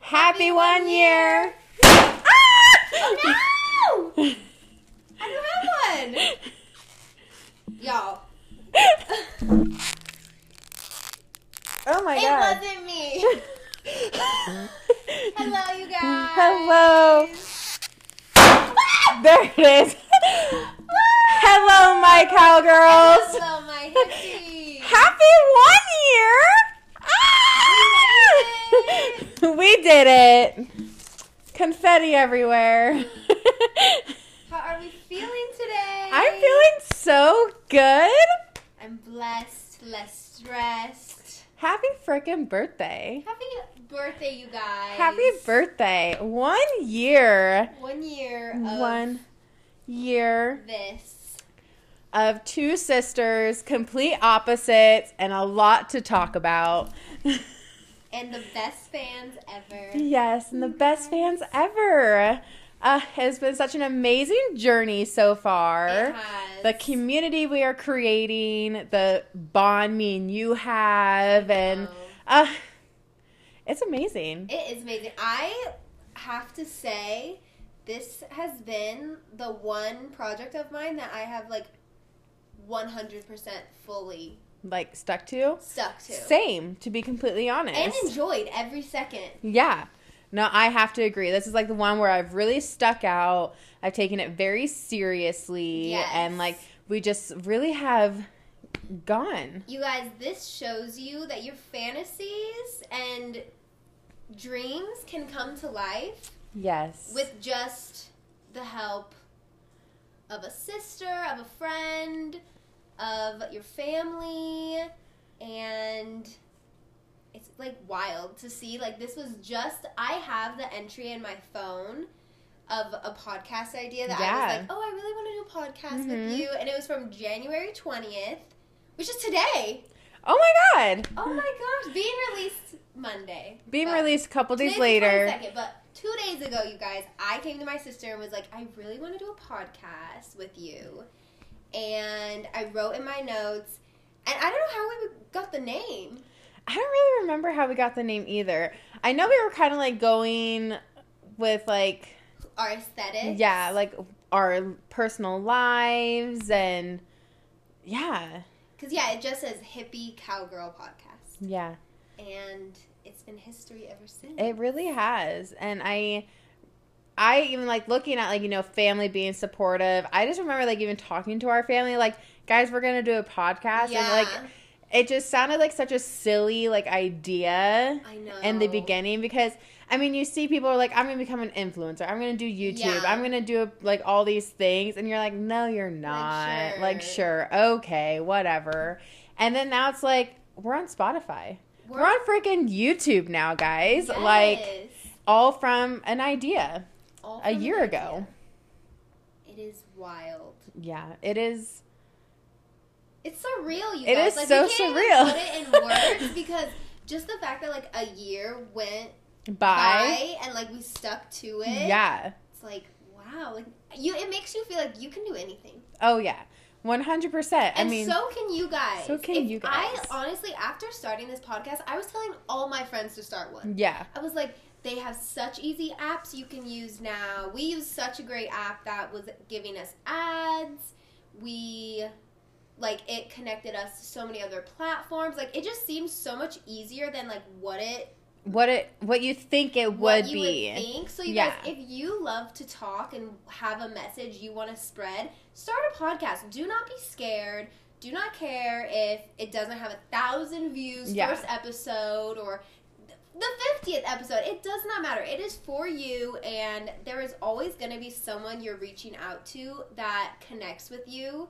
Happy one year! No! I don't have one! Y'all. Oh my It god. wasn't me. Hello, you guys. Hello. There it is. Hello, my cowgirls. Hello, my hippie. Happy one year! Ah! We did it. Confetti everywhere. How are we feeling today? I'm feeling so good. I'm blessed, less stressed. Happy frickin' birthday. Happy birthday, you guys. Happy birthday. One year. One year of One year this. of two sisters, complete opposites, and a lot to talk about. And the best fans ever. Yes, and the best fans ever. Uh, it's been such an amazing journey so It far. has. The community we are creating, the bond me and you have, and Oh. uh, it's amazing. It is amazing. I have to say, this has been the one project of mine that I have like 100% fully Like stuck to. stuck to. Same, to be completely honest. and enjoyed every second. Yeah. No, I have to agree. This is like the one where I've really stuck out. I've taken it very seriously. Yes. And like, we just really have gone. You guys, this shows you that your fantasies and dreams can come to life Yes. with just the help of a sister, of a friend, of your family, and it's like wild to see. Like this was just I have the entry in my phone of a podcast idea that I Yeah. was like, oh, I really want to do a podcast Mhm. with you, and it was from January twentieth, which is today. oh my God. Oh my gosh, being released Monday. Being But- released a couple days Today's the later. 22nd, but two days ago, you guys, I came to my sister and was like, I really want to do a podcast with you. And I wrote in my notes, and I don't know how we got the name. I don't really remember how we got the name either. I know we were kind of like going with like, Our aesthetic. yeah, like our personal lives and yeah. Because, yeah, it just says Hippie Cowgirl Podcast. Yeah. And it's been history ever since. It really has. And I I even like looking at like, you know, family being supportive. I just remember like even talking to our family, like, guys, we're gonna do a podcast. And like it just sounded like such a silly like idea I know. in the beginning because I mean you see people are like, I'm gonna become an influencer, I'm gonna do YouTube, Yeah. I'm gonna do like all these things and you're like, No, you're not. Like sure, sure. okay, whatever. And then now it's like we're on Spotify. We're, on freaking YouTube now, guys. Like Yes. all from an idea. All a from year the ago. idea. It is wild. Yeah, it is. It's surreal, you It guys. is like, so we can't surreal. Even put it in words because just the fact that like a year went Bye. by and like we stuck to it. Yeah. it's like wow, like you. It makes you feel like you can do anything, Oh yeah. One hundred percent. I and mean, so can you guys. so can If you guys. I honestly, after starting this podcast, I was telling all my friends to start one. yeah, I was like, they have such easy apps you can use now. We use such a great app that was giving us ads. We like it connected us to so many other platforms. Like it just seems so much easier than like what it what it what you think it what would you be. would think. So you Yeah. guys, if you love to talk and have a message you want to spread, start a podcast. Do not be scared. Do not care if it doesn't have a thousand views Yeah. first episode or th- the fiftieth episode. It does not matter. It is for you, and there is always going to be someone you're reaching out to that connects with you.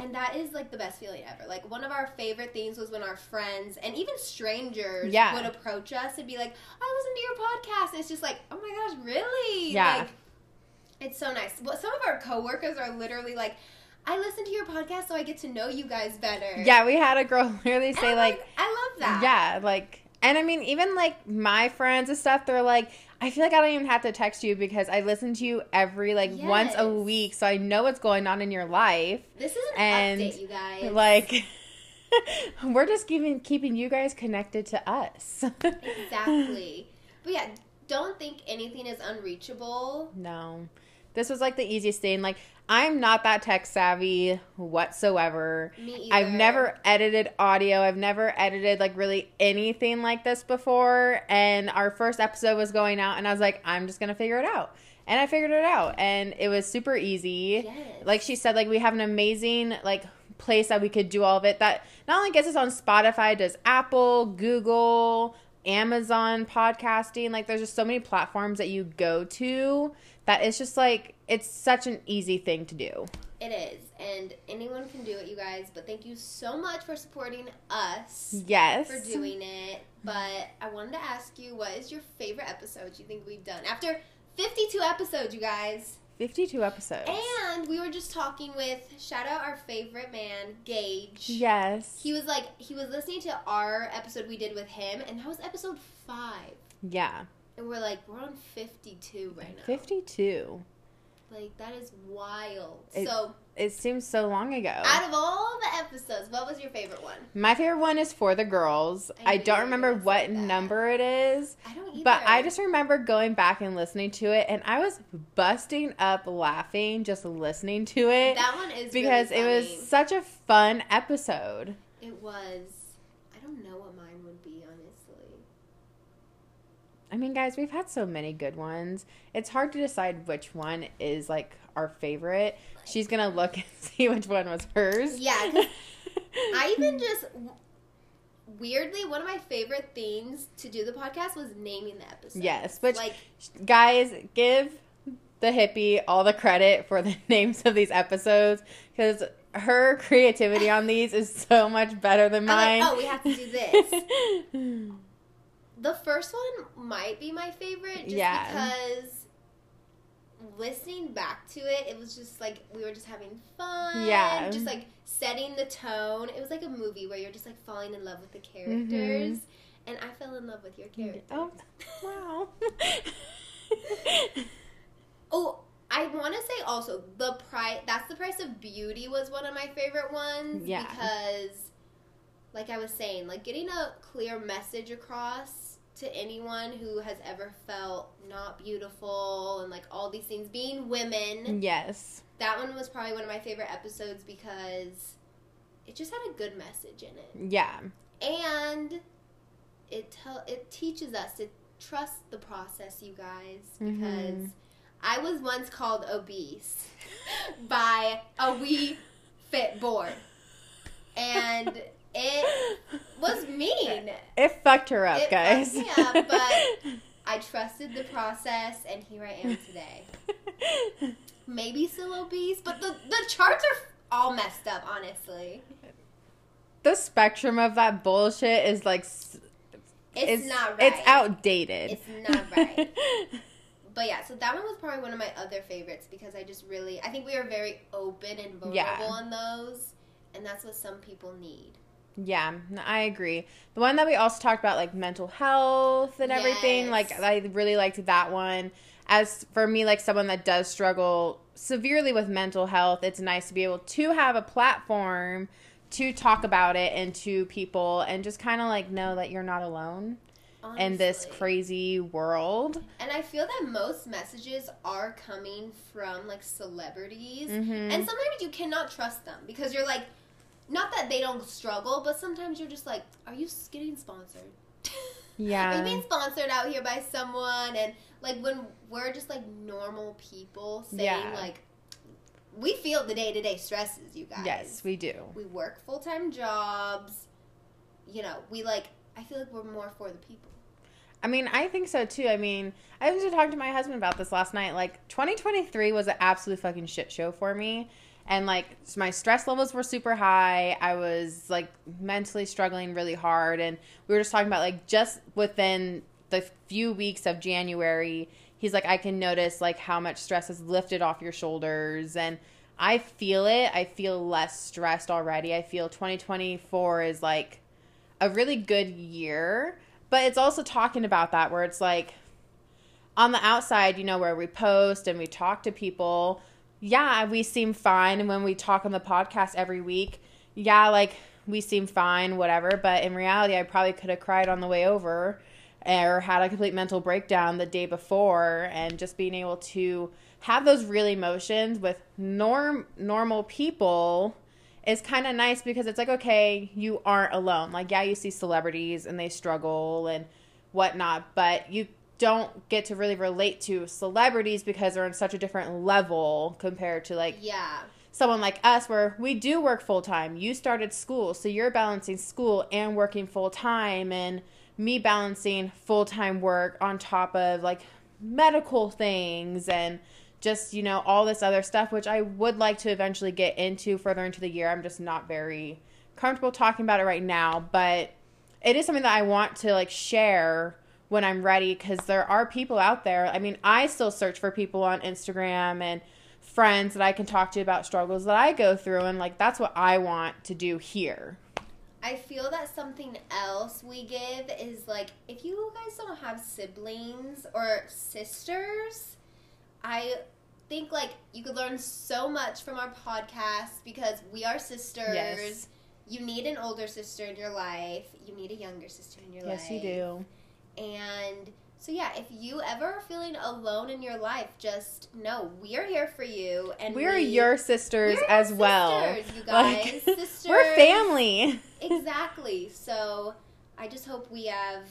And that is like the best feeling ever. Like one of our favorite things was when our friends and even strangers Yeah. would approach us and be like, "I listen to your podcast." And it's just like, "Oh my gosh, really?" Yeah. Like, it's so nice. Well, some of our coworkers are literally like, "I listen to your podcast so I get to know you guys better." Yeah, we had a girl literally And say I'm like, "I love that." yeah, like, and I mean, even like my friends and stuff, they're like. I feel like I don't even have to text you because I listen to you every like once a Yes. week, so I know what's going on in your life. This is an And, update, you guys. like we're just keeping keeping you guys connected to us exactly. But yeah, don't think anything is unreachable. No. This was like the easiest thing. Like, I'm not that tech savvy whatsoever. Me either. I've never edited audio. I've never edited like really anything like this before. And our first episode was going out, and I was like, I'm just gonna figure it out. And I figured it out, and it was super easy. Yes. Like she said, like we have an amazing like place that we could do all of it. That not only gets us on Spotify, does Apple, Google, Amazon podcasting. Like there's just so many platforms that you go to that it's just like it's such an easy thing to do. It is, and anyone can do it, you guys. But thank you so much for supporting us Yes. for doing it. But I wanted to ask you, what is your favorite episode you think we've done after 52 episodes, you guys? 52 episodes. And we were just talking with shout out our favorite man, Gage. yes. He was like, he was listening to our episode we did with him, and that was episode five. yeah. And we're like, we're on 52 right now. 52. Like, that is wild. It- so, It seems so long ago. out of all the episodes, what was your favorite one? My favorite one is for the girls. I I, knew you were don't remember gonna say what that. number it is, I don't either. but I just remember going back and listening to it and I was busting up laughing just listening to it That one is because really it was funny. such a fun episode. It was. I don't know what mine would be, honestly. I mean, guys, we've had so many good ones. It's hard to decide which one is like our favorite. She's gonna look and see which one was hers. Yeah, 'cause I even just weirdly one of my favorite things to do the podcast was naming the episode. yes, which like guys give the hippie all the credit for the names of these episodes because her creativity on these is so much better than I'm mine. like, "Oh, we have to do this. the first one might be my favorite just Yeah. because listening back to it, it was just like we were just having fun. Yeah. Just like setting the tone. It was like a movie where you're just like falling in love with the characters. And I fell in love with your character. Mm-hmm. oh, wow. Oh, I want to say also the price. That's the price of beauty was one of my favorite ones. Yeah. Because, like I was saying, like getting a clear message across to anyone who has ever felt not beautiful and like all these things, being Mm. women. yes. That one was probably one of my favorite episodes because it just had a good message in it, Yeah. and it tell it teaches us to trust the process, you guys, because. Mhm. I was once called obese by a wee fit board, and it was mean. It fucked her up, It fucked guys. me up, but- I trusted the process, and here I am today. Maybe still obese, but the the charts are all messed up. Honestly, the spectrum of that bullshit is like s- it's, not right. It's outdated. It's not right. But yeah, so that one was probably one of my other favorites because I just really I think we are very open and vulnerable Yeah. on those, and that's what some people need. yeah, no, I agree. The one that we also talked about, like mental health and everything, Yes. like I really liked that one. As for me, like someone that does struggle severely with mental health, it's nice to be able to have a platform to talk about it and to people and just kind of like know that you're not alone Honestly. in this crazy world. And I feel that most messages are coming from like celebrities. Mhm. And sometimes you cannot trust them because you're like, not that they don't struggle, but sometimes you're just like, are you s- getting sponsored? Yeah. Are you being sponsored out here by someone? And like when we're just like normal people saying, Yeah. like, we feel the day to day stresses, you guys. Yes, we do. We work full time jobs. You know, we like, I feel like we're more for the people. I mean, I think so too. I mean, I was just talking to my husband about this last night. Like, 2023 was an absolute fucking shit show for me. And like, s- my stress levels were super high. I was like mentally struggling really hard. And we were just talking about like just within the few weeks of January, he's like, I can notice like how much stress is lifted off your shoulders. And I feel it. I feel less stressed already. I feel 2024 is like a really good year, but it's also talking about that where it's like on the outside, you know, where we post and we talk to people, yeah, we seem fine. And when we talk on the podcast every week, yeah, like we seem fine, whatever. But in reality, I probably could have cried on the way over or had a complete mental breakdown the day before and just being able to have those real emotions with norm normal people is kind of nice because it's like okay you aren't alone like yeah you see celebrities and they struggle and whatnot but you don't get to really relate to celebrities because they're on such a different level compared to like yeah. someone like us where we do work full time. You started school, so you're balancing school and working full time and me balancing full time work on top of like medical things and just, you know, all this other stuff which I would like to eventually get into further into the year. I'm just not very comfortable talking about it right now, but it is something that I want to like share when I'm ready because there are people out there. I mean, I still search for people on Instagram and friends that I can talk to about struggles that I go through, and like that's what I want to do here. I feel that something else we give is like if you guys don't have siblings or sisters, I think like you could learn so much from our podcast because we are sisters. Yes. You need an older sister in your life. You need a younger sister in your life. Yes, you do. And so, yeah, if you ever are feeling alone in your life, just know we're here for you. And We're we- your sisters we're your as well. sisters, you Like, guys, sisters. We're family. Exactly. So, I just hope we have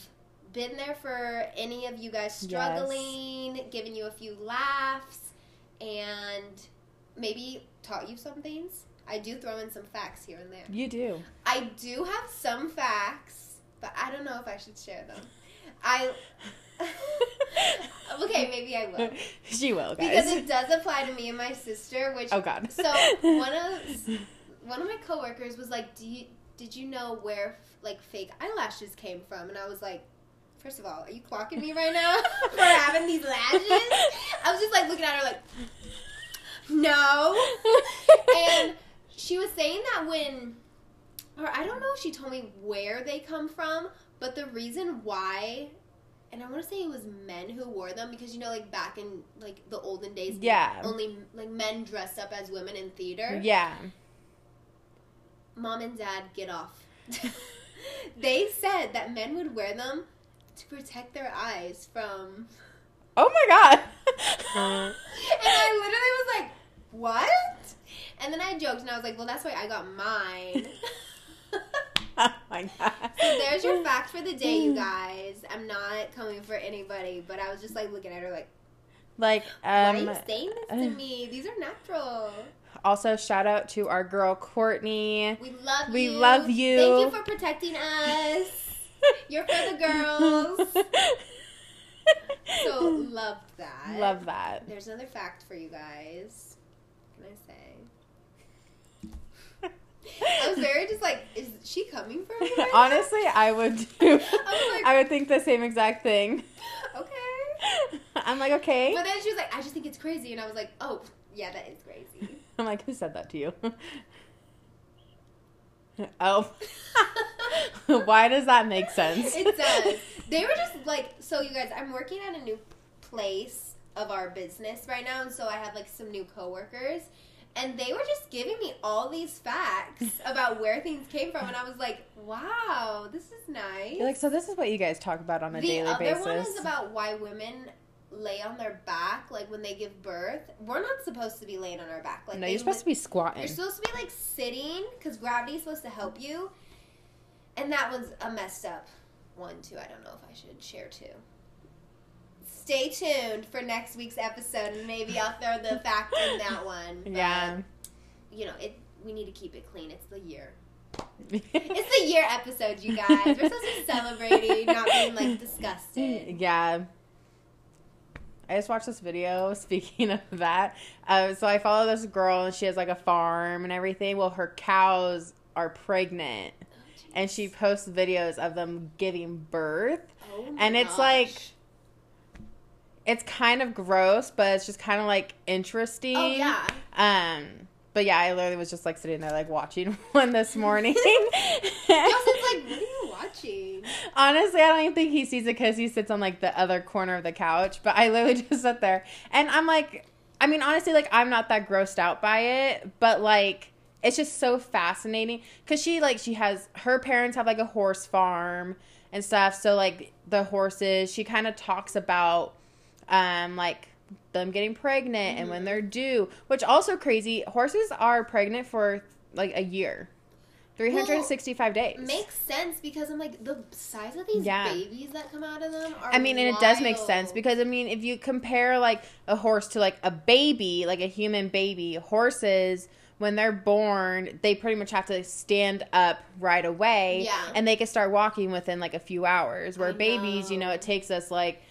been there for any of you guys struggling, giving you a few laughs, and maybe taught you some things. I do throw in some facts here and there. You do. I do have some facts, but I don't know if I should share them. I okay, maybe I will she will, guys. because it does apply to me and my sister. Which oh God. so one of one of my coworkers was like, "Do you did you know where like fake eyelashes came from?" And I was like, first of all, are you clocking me right now for having these lashes?" I was just like looking at her like, "No." and she was saying that when or I don't know if she told me where they come from, but the reason why and I want to say it was men who wore them because you know like back in like the olden days yeah. only like men dressed up as women in theater. Yeah. Mom and dad get off. they said that men would wear them to protect their eyes from Oh my Oh God. And I literally was like, "What?" And then I joked and I was like, "Well, that's why I got mine." oh my God. So there's your fact for the day, you guys. I'm not coming for anybody, but I was just like looking at her like, Like, why um, are you saying this to me? These are natural. also shout out to our girl Courtney. We love We you. love you. Thank you for protecting us. You're for the girls. So loved that. love that. There's another fact for you guys. What can I say? I was very just like, is she coming for me? right now? Honestly, I would do. I'm like- I would think the same exact thing. Okay. I'm like, okay. But then she was like, I just think it's crazy. And I was like, oh, yeah, that is crazy. I'm like, who said that to you? oh, why does that make sense? It does. They were just like, so you guys, I'm working at a new place of our business right now. And so I have like some new coworkers. And they were just giving me all these facts about where things came from. And I was like, wow, this is nice. You're like, so this is what you guys talk about on a the daily other basis. one is about why women lay on their back like when they give birth we're not supposed to be laying on our back like no, they you're supposed to be squatting. You're supposed to be like sitting because gravity's supposed to help you. And that one's a messed up one too. I don't know if I should share two. Stay tuned for next week's episode, and maybe I'll throw the fact in that one. But, yeah. you know it. We need to keep it clean. It's the year. It's the year episode, you guys. We're supposed to be celebrating, not being like disgusted. Yeah. I just watched this video. Speaking of that, uh, so I follow this girl and she has like a farm and everything. Well, her cows are pregnant and she posts videos of them giving birth. Oh my and it's gosh. like- It's kind of gross, but it's just kind of like interesting. oh yeah, Um, but yeah, I literally was just like sitting there like watching one this morning. Justin's like, what are you watching? Honestly, I don't even think he sees it because he sits on like the other corner of the couch. But I literally just sit there, and I'm like, I mean, honestly, like I'm not that grossed out by it, but like it's just so fascinating because she like she has her parents have like a horse farm, and stuff. So like the horses, she kind of talks about um like them getting pregnant and when they're due, which also crazy. Horses are pregnant for like a year. 365 days. Makes sense because I'm like the size of these Yeah. babies that come out of them are. I mean, and it does make wild. sense because I mean, if you compare like a horse to like a baby, like a human baby, horses when they're born, they pretty much have to stand up right away, Yeah. and they can start walking within like a few hours. Where I babies, you know. know, it takes us like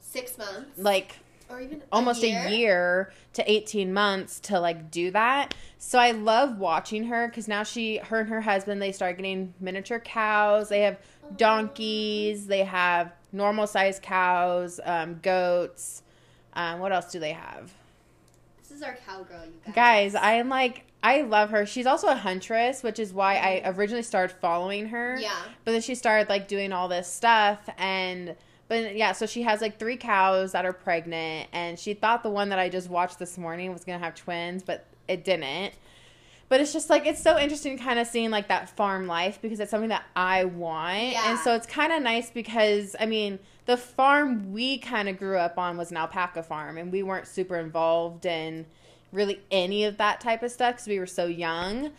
six months like or even almost a year? to 18 months to like do that so i love watching her because now she her and her husband they start getting miniature cows they have Oh donkeys they have normal sized cows um, goats um, what else do they have This is our cowgirl, you guys. guys i am like i love her she's also a huntress which is why i originally started following her Yeah. but then she started like doing all this stuff and but yeah, so she has like three cows that are pregnant and she thought the one that I just watched this morning was going to have twins, but it didn't. But it's just like it's so interesting kind of seeing like that farm life because it's something that I want. Yeah. And so it's kind of nice because I mean, the farm we kind of grew up on was an alpaca farm and we weren't super involved in really any of that type of stuff cuz we were so young.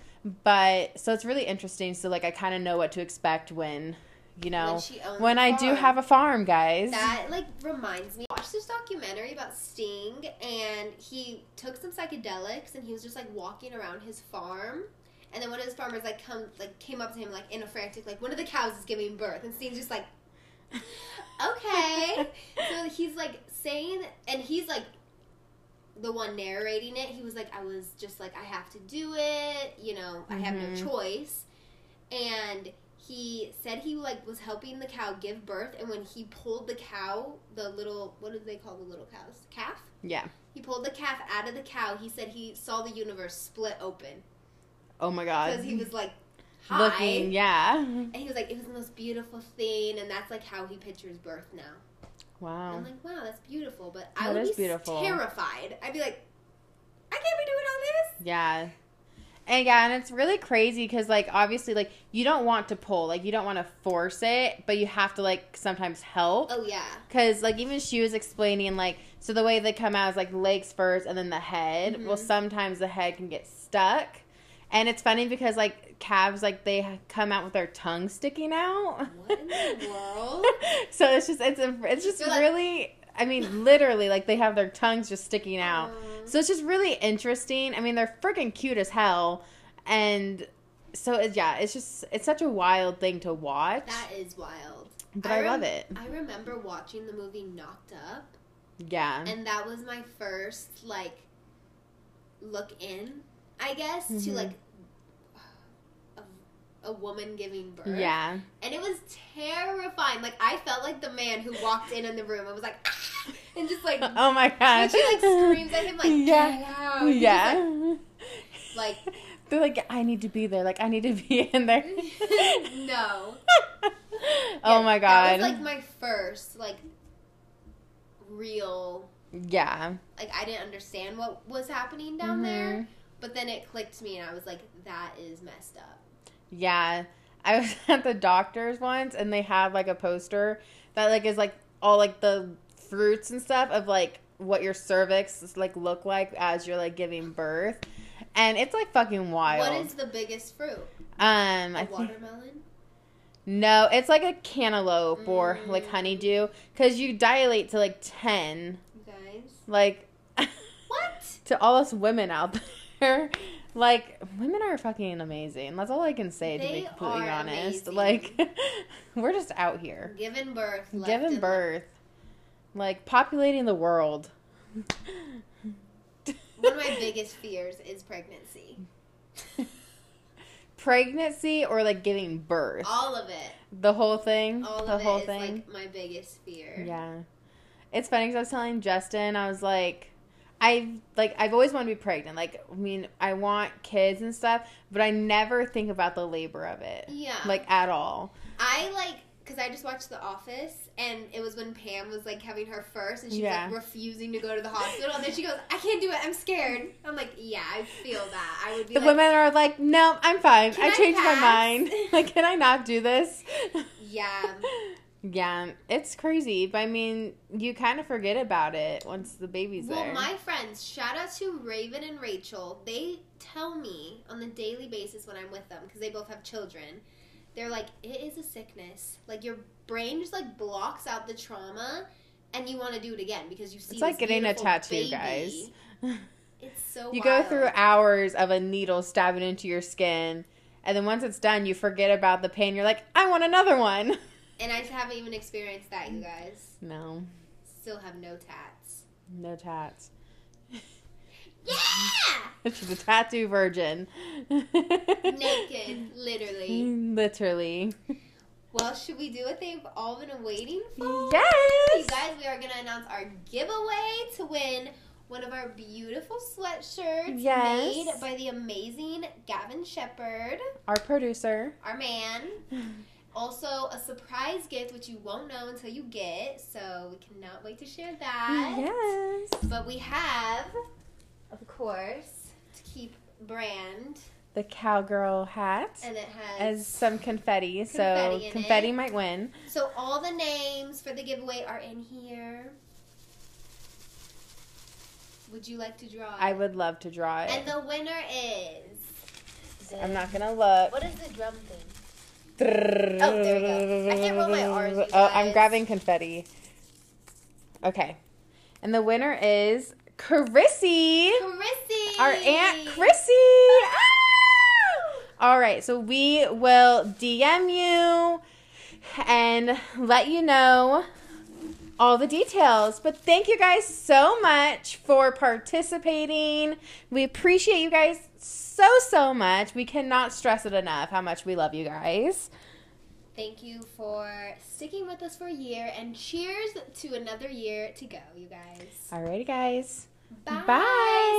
But so it's really interesting so like I kind of know what to expect when you know When she owns when the I do farm. have a farm, guys. That like reminds me. I watched this documentary about Sting, and he took some psychedelics, and he was just like walking around his farm. And then one of his farmers like come like came up to him like in a frantic like one of the cows is giving birth, and Sting's just like, okay. so he's like saying, and he's like the one narrating it. He was like, I was just like I have to do it, you know, I have Mhm. no choice, and he said he like was helping the cow give birth and when he pulled the cow the little what do they call the little cows calf yeah. he pulled the calf out of the cow he said he saw the universe split open Oh my because god. he was like hi Looking, yeah. and he was like it was the most beautiful thing and that's like how he pictures birth now And Wow. i'm like wow that's beautiful but i That would is be beautiful. terrified i'd be like i can't be doing all this Yeah. And yeah, and it's really crazy because, like, obviously, like, you don't want to pull, like, you don't want to force it, but you have to, like, sometimes help. oh yeah Because, like, even she was explaining, like, so the way they come out is, like, legs first and then the head. Well, Mhm. sometimes the head can get stuck. And it's funny because, like, calves, like, they come out with their tongue sticking out. what in the world so it's just, it's, a, it's just They're like- really, I mean, literally, like, they have their tongues just sticking out. Um, So it's just really interesting. I mean, they're freaking cute as hell, and so it, yeah, it's just it's such a wild thing to watch, that is wild but I, I love rem- it. I remember watching the movie Knocked Up, Yeah, and that was my first like look in, I guess, to Mhm. like a, a woman giving birth. yeah, and it was terrifying. Like I felt like the man who walked in in the room. I was like, "Ah!" and just like oh my when god, she like screams at him like, yeah, "Get out!" He's Oh, just yeah. like, They're like, I need to be there. Like, I need to be in there. like oh no. Yeah, my that god. was like my first like real. yeah. Like I didn't understand what was happening Mm-hmm. down there. But then it clicked me, and I was like, "That is messed up." Yeah. I was at the doctor's once and they have like a poster that like is like all like the fruits and stuff of like what your cervix like look like as you're like giving birth. And it's like fucking wild. What is the biggest fruit? um A I think watermelon. no, it's like a cantaloupe or like Mm. honeydew cuz you dilate to like 10 You guys, like what? to all us women out there. Like women are fucking amazing. That's all I can say to They be completely are honest. amazing. Like we're just out here. Given birth. left Giving and- birth. Like populating the world. One of my biggest fears is pregnancy. pregnancy or like giving birth. All of it. the whole thing. All the of whole it is thing. like my biggest fear. Yeah. It's funny because I was telling Justin, I was like, I've like I've always wanted to be pregnant. Like, I mean, I want kids and stuff, but I never think about the labor of it. Yeah. Like at all. I like because I just watched The Office, and it was when Pam was like having her first, and she Yeah. was like refusing to go to the hospital, and then she goes, "I can't do it. I'm scared." I'm like, "Yeah, I feel that. I would be." The like, women are like, no, I'm fine. Can I I changed my pass?" mind. like, can I not do this? Yeah. yeah, it's crazy. But I mean, you kind of forget about it once the baby's well, there. my friends, shout out to Raven and Rachel. They tell me on the daily basis when I'm with them because they both have children. They're like, it is a sickness. Like your brain just like blocks out the trauma, and you want to do it again because you see. it's like this getting a beautiful tattoo, baby. guys. It's so. You go wild. through hours of a needle stabbing into your skin, and then once it's done, you forget about the pain. You're like, I want another one. and I haven't even experienced that, you guys. No, Still have no tats. no tats. Yeah, She's a tattoo virgin. naked, literally. Literally. Well, should we do what they've all been waiting for? Oh, You Yes. guys, we are gonna announce our giveaway to win one of our beautiful sweatshirts Yes. made by the amazing Gavin Shepard, Our producer. our man. Also, a surprise gift which you won't know until you get, so we cannot wait to share that. Yes. But we have, of course, to keep brand, The cowgirl hat and it has as some confetti, confetti in so it. confetti might win. So all the names for the giveaway are in here. Would you like to draw? I it? would love to draw it. And the winner is. I'm not gonna look. What is the drum thing? Oh, there we go. I can't roll my Rs, you Oh, I'm guys. grabbing confetti. Okay, and the winner is Chrissy, Chrissy. our aunt Chrissy. Ah! All right, so we will DM you and let you know all the details. But thank you guys so much for participating. We appreciate you guys so, so much. We cannot stress it enough how much we love you guys. Thank you for sticking with us for a year, and cheers to another year to go, you guys. Alrighty, guys. Bye. Bye.